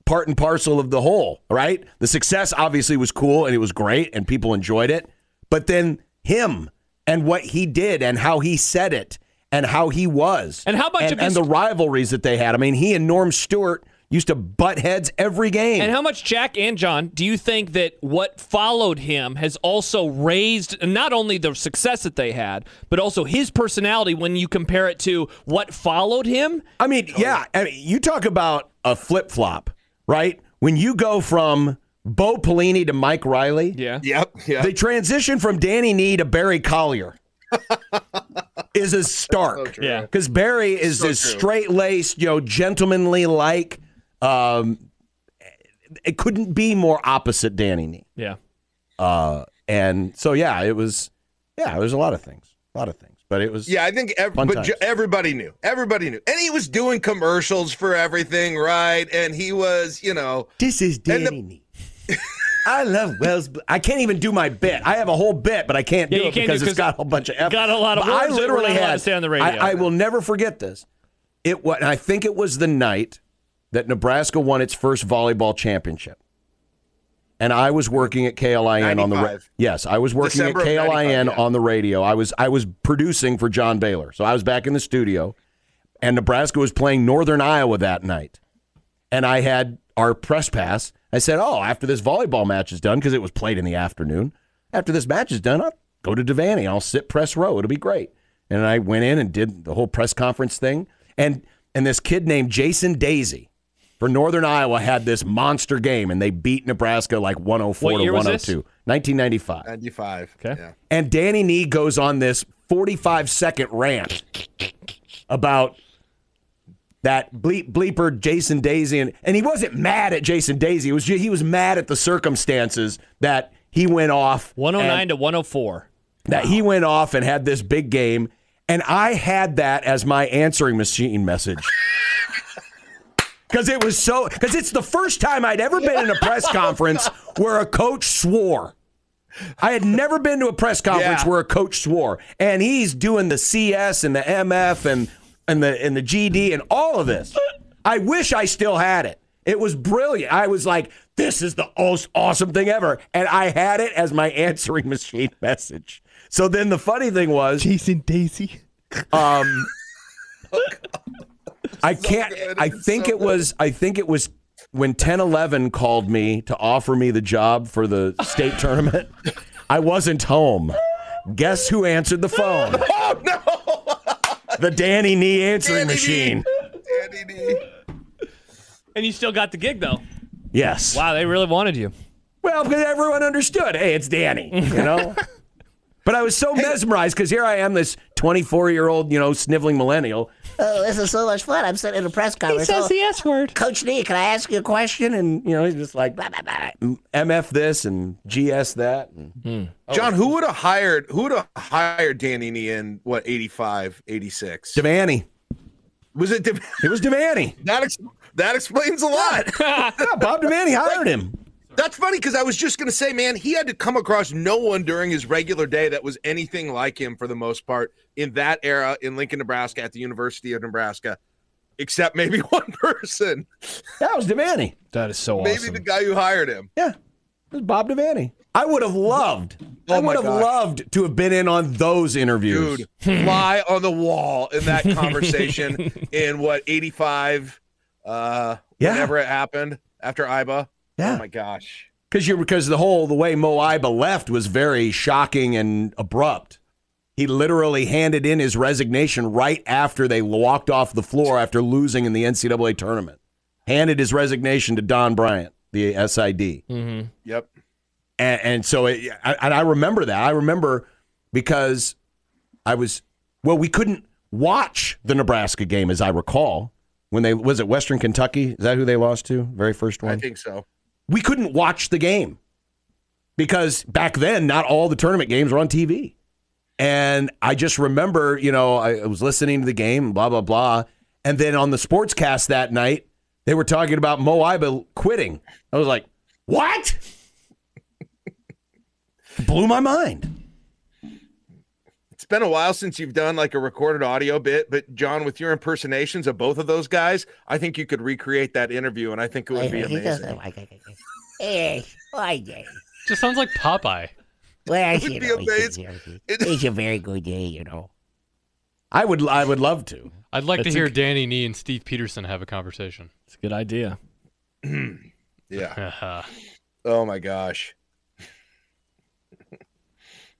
Speaker 4: part and parcel of the whole, right? The success obviously was cool and it was great and people enjoyed it. But then him and what he did and how he said it and how he was.
Speaker 3: And how much
Speaker 4: and,
Speaker 3: of his-
Speaker 4: and the rivalries that they had. I mean, he and Norm Stewart used to butt heads every game.
Speaker 3: And how much, Jack and John, do you think that what followed him has also raised not only the success that they had, but also his personality when you compare it to what followed him?
Speaker 4: I mean, yeah. I mean, you talk about a flip flop, right? When you go from Bo Pelini to Mike Riley,
Speaker 3: Yeah.
Speaker 5: Yep. Yeah.
Speaker 4: the transition from Danny Nee to Barry Collier is as stark.
Speaker 3: Yeah.
Speaker 4: Because Barry is this straight laced, you know, gentlemanly like. Um, it couldn't be more opposite Danny Nee.
Speaker 3: Yeah.
Speaker 4: Uh, and so, yeah, it was, yeah, it was a lot of things, a lot of things. But it was,
Speaker 5: Yeah, I think ev-
Speaker 4: Fun
Speaker 5: but
Speaker 4: times.
Speaker 5: ju- everybody knew. Everybody knew. And he was doing commercials for everything, right? And he was, you know,
Speaker 4: This is
Speaker 5: And the-
Speaker 4: Danny. Nee. I love Wells. I can't even do my bit. I have a whole bit, but I can't
Speaker 3: Yeah,
Speaker 4: do
Speaker 3: you
Speaker 4: it
Speaker 3: can't do
Speaker 4: because
Speaker 3: it
Speaker 4: it's got a whole bunch of. F-
Speaker 3: got a lot of
Speaker 4: But
Speaker 3: words that we're not allowed to say on the radio.
Speaker 4: I, I will never forget this. It was. I think it was the night that Nebraska won its first volleyball championship, and I was working at KLIN on the. ra-
Speaker 5: 95.
Speaker 4: yes, I was working
Speaker 5: December
Speaker 4: at
Speaker 5: of 95,
Speaker 4: KLIN
Speaker 5: yeah.
Speaker 4: on the radio. I was I was producing for John Baylor, so I was back in the studio, and Nebraska was playing Northern Iowa that night and I had our press pass. I said, "Oh, after this volleyball match is done, because it was played in the afternoon. After this match is done, I'll go to Devaney. I'll sit press row. It'll be great." And I went in and did the whole press conference thing. And and this kid named Jason Daisy for Northern Iowa had this monster game, and they beat Nebraska like 104
Speaker 3: What
Speaker 4: to
Speaker 3: year was
Speaker 4: 102,
Speaker 3: this?
Speaker 4: 1995.
Speaker 5: 95.
Speaker 3: Okay.
Speaker 5: Yeah.
Speaker 4: And Danny Nee goes on this 45 second rant about that bleep bleeper Jason Daisy and, and he wasn't mad at Jason Daisy. It was ju- he was mad at the circumstances that he went off
Speaker 3: 109
Speaker 4: and-
Speaker 3: to 104.
Speaker 4: that he went off and had this big game and I had that as my answering machine message. Cuz it was so cuz it's the first time I'd ever been in a press conference where a coach swore. I had never been to a press conference
Speaker 5: Yeah.
Speaker 4: where a coach swore, and he's doing the CS and the MF and and the and the GD and all of this. I wish I still had it. It was brilliant. I was like, "This is the most awesome thing ever," and I had it as my answering machine message. So then the funny thing was,
Speaker 7: Jason Daisy.
Speaker 4: um, I can't.
Speaker 5: good.
Speaker 4: I
Speaker 5: It's
Speaker 4: think
Speaker 5: so
Speaker 4: it was. I think it was when 1011 called me to offer me the job for the state tournament. I wasn't home. Guess who answered the phone?
Speaker 5: Oh no.
Speaker 4: The Danny Nee answering
Speaker 5: Danny
Speaker 4: machine.
Speaker 5: Danny D.
Speaker 3: And you still got the gig, though.
Speaker 4: Yes.
Speaker 3: Wow, Ah, they really wanted you.
Speaker 4: Well, because everyone understood. Hey, it's Danny. You know. But I was so mesmerized because here I am, this 24 year old, you know, sniveling millennial.
Speaker 6: Oh, this is so much fun. I'm sitting in a press conference. Oh,
Speaker 3: S word.
Speaker 6: Coach Lee, can I ask you a question?
Speaker 4: And, you know, he's just like, blah, blah, blah, MF this and GS that. and- Oh,
Speaker 5: John, who would have hired who would have hired Danny Nee in what 85, 86?
Speaker 4: Devaney.
Speaker 5: was it Dev-
Speaker 4: It was Devaney.
Speaker 5: that ex- that explains a lot.
Speaker 4: Yeah, Bob Devaney hired him.
Speaker 5: That's funny because I was just going to say, man, he had to come across no one during his regular day that was anything like him for the most part in that era in Lincoln, Nebraska, at the University of Nebraska, except maybe one person,
Speaker 4: That was Devaney.
Speaker 3: That is so
Speaker 5: maybe the guy who hired him.
Speaker 4: Yeah, it was Bob Devaney. I would have loved. I
Speaker 5: Oh my
Speaker 4: would have
Speaker 5: gosh.
Speaker 4: loved to have been in on those interviews.
Speaker 5: Dude, fly on the wall in that conversation in what, 85, uh,
Speaker 4: Yeah.
Speaker 5: whenever it happened after IBA.
Speaker 4: Yeah.
Speaker 5: Oh my gosh.
Speaker 4: Because you because the whole the way Moiba left was very shocking and abrupt. He literally handed in his resignation right after they walked off the floor after losing in the NCAA tournament. Handed his resignation to Don Bryant, the SID.
Speaker 5: Yep.
Speaker 4: and, and so it, I, and I remember that. I remember because I was well, we couldn't watch the Nebraska game as I recall when they was it Western Kentucky. Is that who they lost to? Very first
Speaker 5: I
Speaker 4: one.
Speaker 5: think so.
Speaker 4: we couldn't watch the game because back then not all the tournament games were on TV. And I just remember, you know, I I was listening to the game, blah blah blah, and then on the sportscast that night, they were talking about Mo Iba quitting. I was like, "What?" Blew my mind.
Speaker 5: It's been a while since you've done like a recorded audio bit, but John, with your impersonations of both of those guys, I think you could recreate that interview, and I think it would be
Speaker 6: He doesn't
Speaker 5: amazing.
Speaker 6: like it. Hey, why yeah.
Speaker 7: Just sounds like Popeye.
Speaker 6: Well,
Speaker 5: It would
Speaker 6: you
Speaker 5: be
Speaker 6: know,
Speaker 5: amazing.
Speaker 6: It's,
Speaker 5: It-
Speaker 6: it's a very good day, you know.
Speaker 4: I would I would love to.
Speaker 7: I'd like
Speaker 3: That's
Speaker 7: to hear
Speaker 3: a-
Speaker 7: Danny Nee and Steve Peterson have a conversation.
Speaker 3: It's a good idea.
Speaker 5: Yeah.
Speaker 7: Uh,
Speaker 5: Oh my gosh.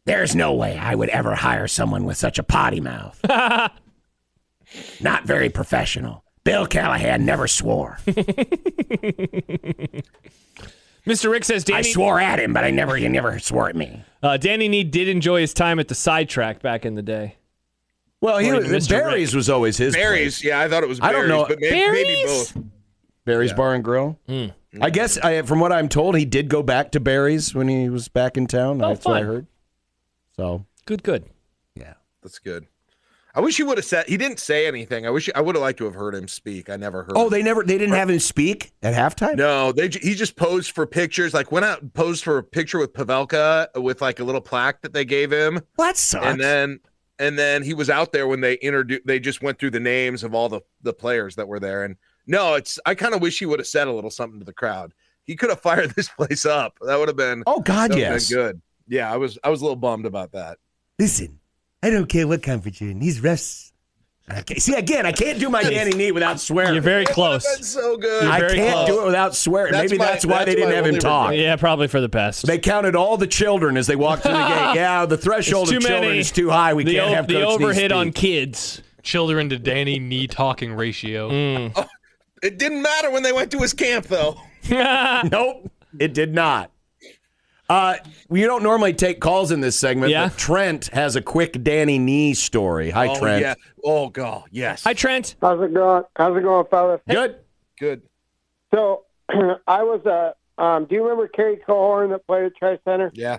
Speaker 6: There's no way I would ever hire someone with such a potty mouth. Not very professional. Bill Callahan never swore.
Speaker 3: Mr. Rick says Danny.
Speaker 6: swore at him, but I never he never swore at me.
Speaker 3: Uh, Danny Nee did enjoy his time at the sidetrack back in the day.
Speaker 4: Well, he
Speaker 3: Or even
Speaker 4: was,
Speaker 3: Mr. Rick.
Speaker 4: Barry's was always his. place.
Speaker 5: Barry's. Yeah, I thought it was
Speaker 4: I don't
Speaker 5: Barry's,
Speaker 4: know.
Speaker 5: but may- maybe both.
Speaker 4: Barry's Bar and Grill. I guess, I, from what I'm told, he did go back to Barry's when he was back in town.
Speaker 3: Oh,
Speaker 4: That's what I
Speaker 3: fun.
Speaker 4: heard. So
Speaker 3: Good, good.
Speaker 5: That's good. I wish he would have said he didn't say anything. I wish I would have liked to have heard him speak. I never heard.
Speaker 4: Oh, they never they didn't have him speak at halftime?
Speaker 5: no, they ju- he just posed for pictures. Like went out and posed for a picture with Pavelka with like a little plaque that they gave him.
Speaker 6: Well, that sucks.
Speaker 5: and then and then he was out there when they introduced they just went through the names of all the the players that were there and no it's i kind of wish he would have said a little something to the crowd he could have fired this place up that would have been
Speaker 4: Oh God,
Speaker 5: that would've been
Speaker 4: yes.
Speaker 5: good yeah i was i was a little bummed about that
Speaker 4: Listen, I don't care what conference you're in. These refs. Okay. See again, I can't do my Danny knee without swearing.
Speaker 3: You're very
Speaker 5: That would've been
Speaker 3: close.
Speaker 5: so good
Speaker 4: I
Speaker 3: very
Speaker 4: can't
Speaker 3: close.
Speaker 4: do it without swearing.
Speaker 5: That's
Speaker 4: Maybe
Speaker 5: my-
Speaker 4: that's why they
Speaker 5: that's
Speaker 4: didn't
Speaker 5: my
Speaker 4: have him
Speaker 5: only
Speaker 4: talk.
Speaker 5: regret.
Speaker 3: Yeah, probably for the best.
Speaker 4: They counted all the children as they walked through the gate. Yeah, the
Speaker 3: It's
Speaker 4: threshold
Speaker 3: too
Speaker 4: of children
Speaker 3: many.
Speaker 4: is too high. We
Speaker 3: the
Speaker 4: can't
Speaker 3: o-
Speaker 4: have
Speaker 3: the
Speaker 4: Coach Knee
Speaker 3: overhit on
Speaker 4: speak.
Speaker 3: kids.
Speaker 7: children to Danny knee talking ratio.
Speaker 5: it didn't matter when they went to his camp though
Speaker 4: Nope, it did not. Uh, you don't normally take calls in this segment,
Speaker 3: Yeah.
Speaker 4: but Trent has a quick Danny knee story. Hi,
Speaker 5: oh
Speaker 4: Trent.
Speaker 5: yeah oh god yes
Speaker 3: Hi, Trent.
Speaker 8: How's it going? How's it going, fellas?
Speaker 4: Good.
Speaker 5: good
Speaker 8: So I was a. Um, do you remember Kerry Cohorn that played at Tri Center?
Speaker 5: yeah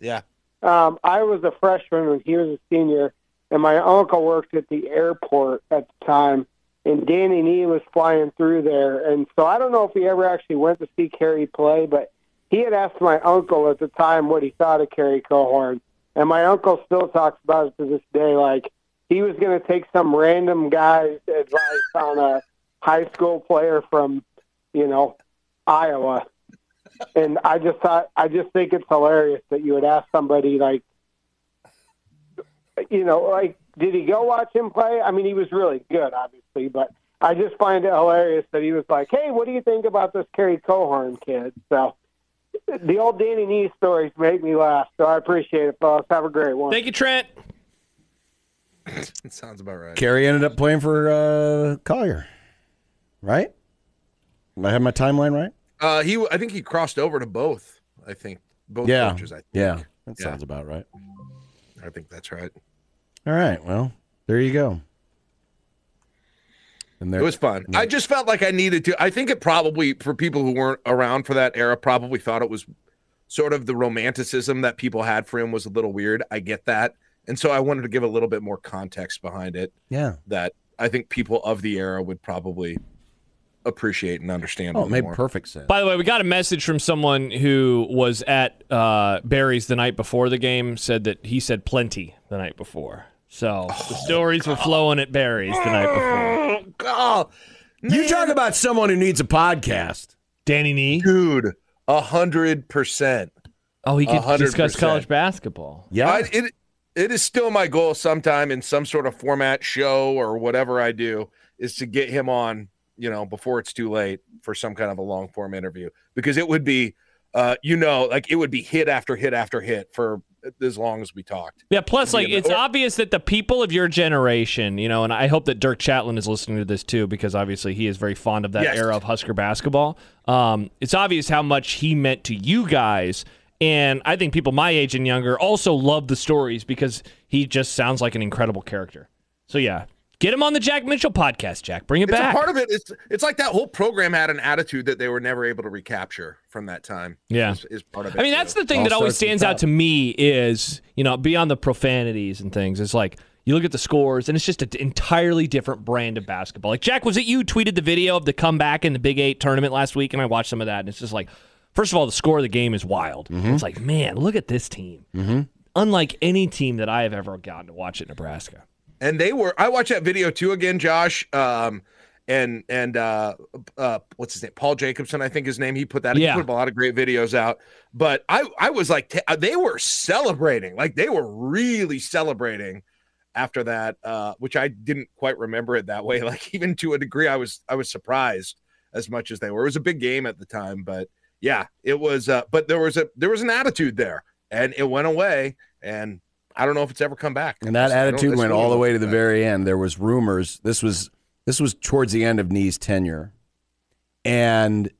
Speaker 5: yeah
Speaker 8: Um, I was a freshman when he was a senior, and my uncle worked at the airport at the time. And Danny Nee was flying through there, and so I don't know if he ever actually went to see Kerry play, but he had asked my uncle at the time what he thought of Kerry Cohorn, and my uncle still talks about it to this day. Like he was going to take some random guy's advice on a high school player from, you know, Iowa and I just thought I just think it's hilarious that you would ask somebody like you know, like did he go watch him play? I mean he was really good obviously, but I just find it hilarious that he was like, Hey, what do you think about this Kerry Cohorn kid? So the old Danny Nee stories make me laugh, so I appreciate it, fellas. Have a great one.
Speaker 3: Thank you, Trent.
Speaker 5: it sounds about right
Speaker 4: Carrie ended up playing for uh, Collier, right? Did I have my timeline right?
Speaker 5: uh he i think he crossed over to both i think both
Speaker 4: yeah.
Speaker 5: coaches i think
Speaker 4: Yeah. That
Speaker 5: Yeah.
Speaker 4: sounds about right.
Speaker 5: i think that's right
Speaker 4: All right. Well, there you go. And there
Speaker 5: It was fun. I just felt like I needed to. I think it probably for people who weren't around for that era probably thought it was sort of the romanticism that people had for him was a little weird. I get that. And so I wanted to give a little bit more context behind it
Speaker 4: Yeah.
Speaker 5: that I think people of the era would probably appreciate and understand. a
Speaker 4: Oh, it
Speaker 5: little
Speaker 4: made
Speaker 5: more.
Speaker 4: perfect sense.
Speaker 3: By the way, we got a message from someone who was at uh, Barry's the night before the game. Said that he said plenty the night before. So the
Speaker 5: Oh,
Speaker 3: stories were flowing at Barry's the night before.
Speaker 5: God,
Speaker 4: you talk about someone who needs a podcast.
Speaker 3: Danny Nee.
Speaker 5: dude, a hundred percent.
Speaker 3: Oh, he could
Speaker 5: A hundred
Speaker 3: discuss
Speaker 5: percent.
Speaker 3: college basketball.
Speaker 4: Yeah.
Speaker 5: I, it it is still my goal sometime in some sort of format show or whatever I do is to get him on, you know, before it's too late for some kind of a long form interview because it would be uh you know, like it would be hit after hit after hit for as long as we talked.
Speaker 3: Yeah. Plus, like,
Speaker 5: Yeah,
Speaker 3: it's
Speaker 5: or-
Speaker 3: obvious that the people of your generation, you know, and I hope that Dirk Chatlin is listening to this too, because obviously he is very fond of that
Speaker 5: Yes.
Speaker 3: era of Husker basketball. Um, it's obvious how much he meant to you guys. And I think people my age and younger also love the stories because he just sounds like an incredible character. So, yeah, get him on the Jack Mitchell podcast, Jack. Bring it
Speaker 5: It's
Speaker 3: back.
Speaker 5: a part of it. It's it's like that whole program had an attitude that they were never able to recapture from that time.
Speaker 3: Yeah.
Speaker 5: Is, is part of it.
Speaker 3: I mean, that's
Speaker 5: too.
Speaker 3: the thing
Speaker 4: All
Speaker 3: that always
Speaker 4: starts at the
Speaker 3: stands out
Speaker 4: top.
Speaker 3: to me is, you know, beyond the profanities and things, it's like you look at the scores and it's just an entirely different brand of basketball. Like, Jack, was it you tweeted the video of the comeback in the Big Eight tournament last week? And I watched some of that. And it's just like, first of all, the score of the game is wild. It's like, man, look at this team. Unlike any team that I have ever gotten to watch at Nebraska.
Speaker 5: and they were i watched that video too again josh um and and uh uh what's his name paul jacobson i think his name he put that
Speaker 3: Yeah.
Speaker 5: he put a lot of great videos out but i i was like t- uh, they were celebrating like they were really celebrating after that uh which i didn't quite remember it that way like even to a degree i was i was surprised as much as they were it was a big game at the time but yeah it was uh but there was a there was an attitude there and it went away and i don't know if it's ever come back
Speaker 4: And that
Speaker 5: I don't-
Speaker 4: attitude
Speaker 5: that's
Speaker 4: went
Speaker 5: really
Speaker 4: all the
Speaker 5: what-
Speaker 4: way to the very end. There was rumors. This was this was towards the end of Nee's tenure, and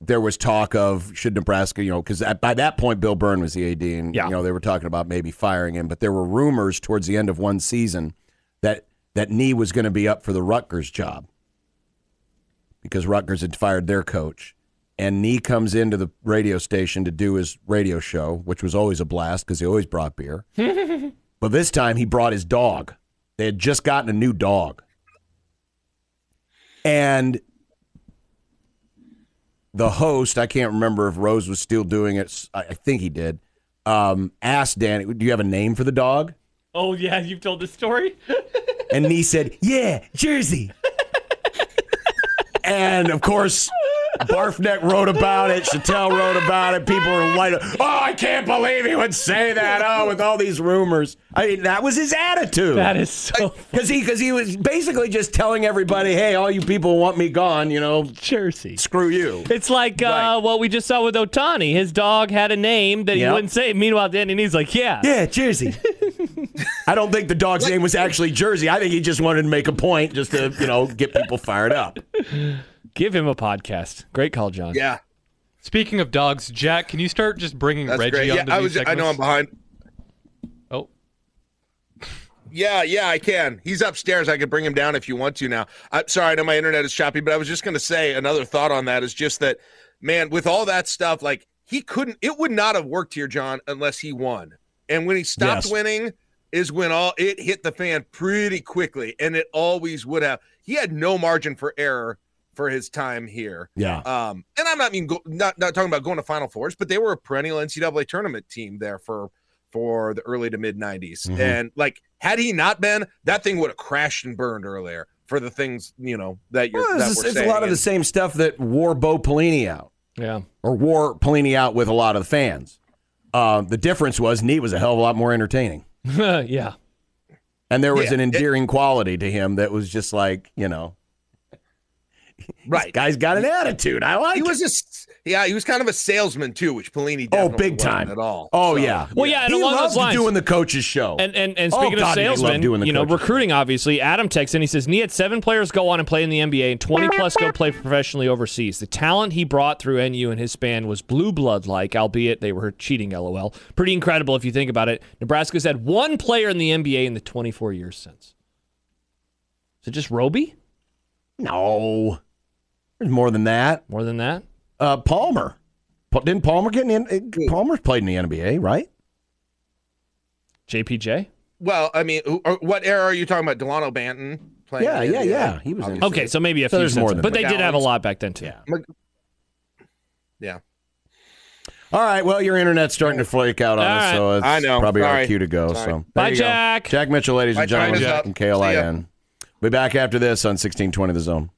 Speaker 4: there was talk of should Nebraska, you know, because by that point Bill Byrne was the AD, and
Speaker 3: Yeah.
Speaker 4: you know they were talking about maybe firing him. But there were rumors towards the end of one season that that Nee was going to be up for the Rutgers job because Rutgers had fired their coach. And Nee comes into the radio station to do his radio show, which was always a blast because he always brought beer. But this time he brought his dog. They had just gotten a new dog. And the host, I can't remember if Rose was still doing it. s- I I think he did. Um, asked Danny, "Do you have a name for the dog?"
Speaker 3: Oh, yeah, you've told this story?
Speaker 4: And Nee said, "Yeah, Jersey." and of course, Barfneck wrote about it. Chattel wrote about it. People were like, "Oh, I can't believe he would say that!" Oh, with all these rumors. I mean, that was his attitude.
Speaker 3: That is so
Speaker 4: Because he, cause he was basically just telling everybody, hey, all you people who want me gone, you know,
Speaker 3: Jersey.
Speaker 4: screw you.
Speaker 3: It's like uh, what we just saw with Otani. His dog had a name that he
Speaker 4: Yep.
Speaker 3: wouldn't say. Meanwhile, Danny Nee's like, yeah.
Speaker 4: Yeah, Jersey. I don't think the dog's name was actually Jersey. I think he just wanted to make a point just to, you know, get people fired up.
Speaker 3: Give him a podcast. Great call, John.
Speaker 5: yeah
Speaker 7: Speaking of dogs, Jack, can you start just bringing
Speaker 5: That's
Speaker 7: Reggie
Speaker 5: great. Yeah,
Speaker 7: onto
Speaker 5: I
Speaker 7: these
Speaker 5: was. I know I'm
Speaker 7: segments?
Speaker 5: behind.
Speaker 7: Oh,
Speaker 5: Yeah, yeah, I can. He's upstairs. I could bring him down if you want to. Now, I'm sorry. I know my internet is choppy, but I was just going to say another thought on that is just that, man. With all that stuff, like he couldn't. It would not have worked here, John, unless he won. And when he stopped
Speaker 4: Yes.
Speaker 5: winning, is when all it hit the fan pretty quickly, and it always would have. He had no margin for error for his time here.
Speaker 4: Yeah.
Speaker 5: Um, and I'm not mean go, not not talking about going to Final Fours, but they were a perennial NCAA tournament team there for for the early to mid 90s,
Speaker 4: Mhm.
Speaker 5: and like had he not been, that thing would have crashed and burned earlier for the things you know that you're. that
Speaker 4: it's
Speaker 5: we're
Speaker 4: it's a
Speaker 5: saying.
Speaker 4: lot of the
Speaker 5: And-
Speaker 4: same stuff that wore Bo Pelini out
Speaker 3: Yeah.
Speaker 4: or wore Pelini out with a lot of the fans. Uh, the difference was Neat was a hell of a lot more entertaining.
Speaker 3: yeah.
Speaker 4: And there was
Speaker 5: Yeah,
Speaker 4: an
Speaker 5: it-
Speaker 4: endearing quality to him that was just like, you know,
Speaker 5: right.
Speaker 4: guy's got an attitude. I like
Speaker 5: He
Speaker 4: it.
Speaker 5: was just yeah, he was kind of a salesman too, which Pelini
Speaker 4: Oh,
Speaker 5: definitely
Speaker 4: big
Speaker 5: wasn't
Speaker 4: time.
Speaker 5: at all.
Speaker 4: Oh
Speaker 5: So,
Speaker 4: yeah.
Speaker 3: Well, yeah, and
Speaker 4: he
Speaker 3: along
Speaker 4: loves
Speaker 3: those lines-
Speaker 4: doing the coaches show.
Speaker 3: And and, and
Speaker 4: Oh,
Speaker 3: speaking
Speaker 4: God,
Speaker 3: of
Speaker 4: did he love
Speaker 3: salesmen,
Speaker 4: doing the
Speaker 3: you know,
Speaker 4: coaches.
Speaker 3: recruiting obviously. Adam texts and he says, "Nee had seven players go on and play in the NBA, and 20 plus go play professionally overseas. The talent he brought through NU and his span was blue blood like, albeit they were cheating. LOL. Pretty incredible if you think about it. Nebraska's had one player in the NBA in the 24 years since. Is it just Roby?
Speaker 4: no, there's more than that.
Speaker 3: More than that?
Speaker 4: Uh, Palmer Pa- didn't Palmer get in? eh, Palmer's played in the NBA, right?
Speaker 3: JPJ?
Speaker 5: uh, Well, I mean, who, or what era are you talking about? Delano Banton. playing.
Speaker 4: Yeah,
Speaker 5: in
Speaker 4: yeah,
Speaker 5: the-
Speaker 4: yeah. He was in.
Speaker 3: Okay, so maybe a
Speaker 4: So
Speaker 3: few
Speaker 4: there's
Speaker 3: cents,
Speaker 4: more than
Speaker 3: but they did have a
Speaker 5: McAllen's.
Speaker 3: lot back then too.
Speaker 4: Yeah.
Speaker 5: Yeah.
Speaker 4: All right. Well, your internet's starting to flake out on
Speaker 3: All
Speaker 4: us, so it's
Speaker 5: I know.
Speaker 4: probably our
Speaker 5: Sorry.
Speaker 4: cue to go.
Speaker 5: Sorry.
Speaker 4: So,
Speaker 3: Bye,
Speaker 4: There you go.
Speaker 3: Jack.
Speaker 4: Jack Mitchell, ladies
Speaker 5: My
Speaker 4: and
Speaker 5: time
Speaker 4: gentlemen,
Speaker 5: is up.
Speaker 4: from KLIN. Be back after this on 1620 The Zone.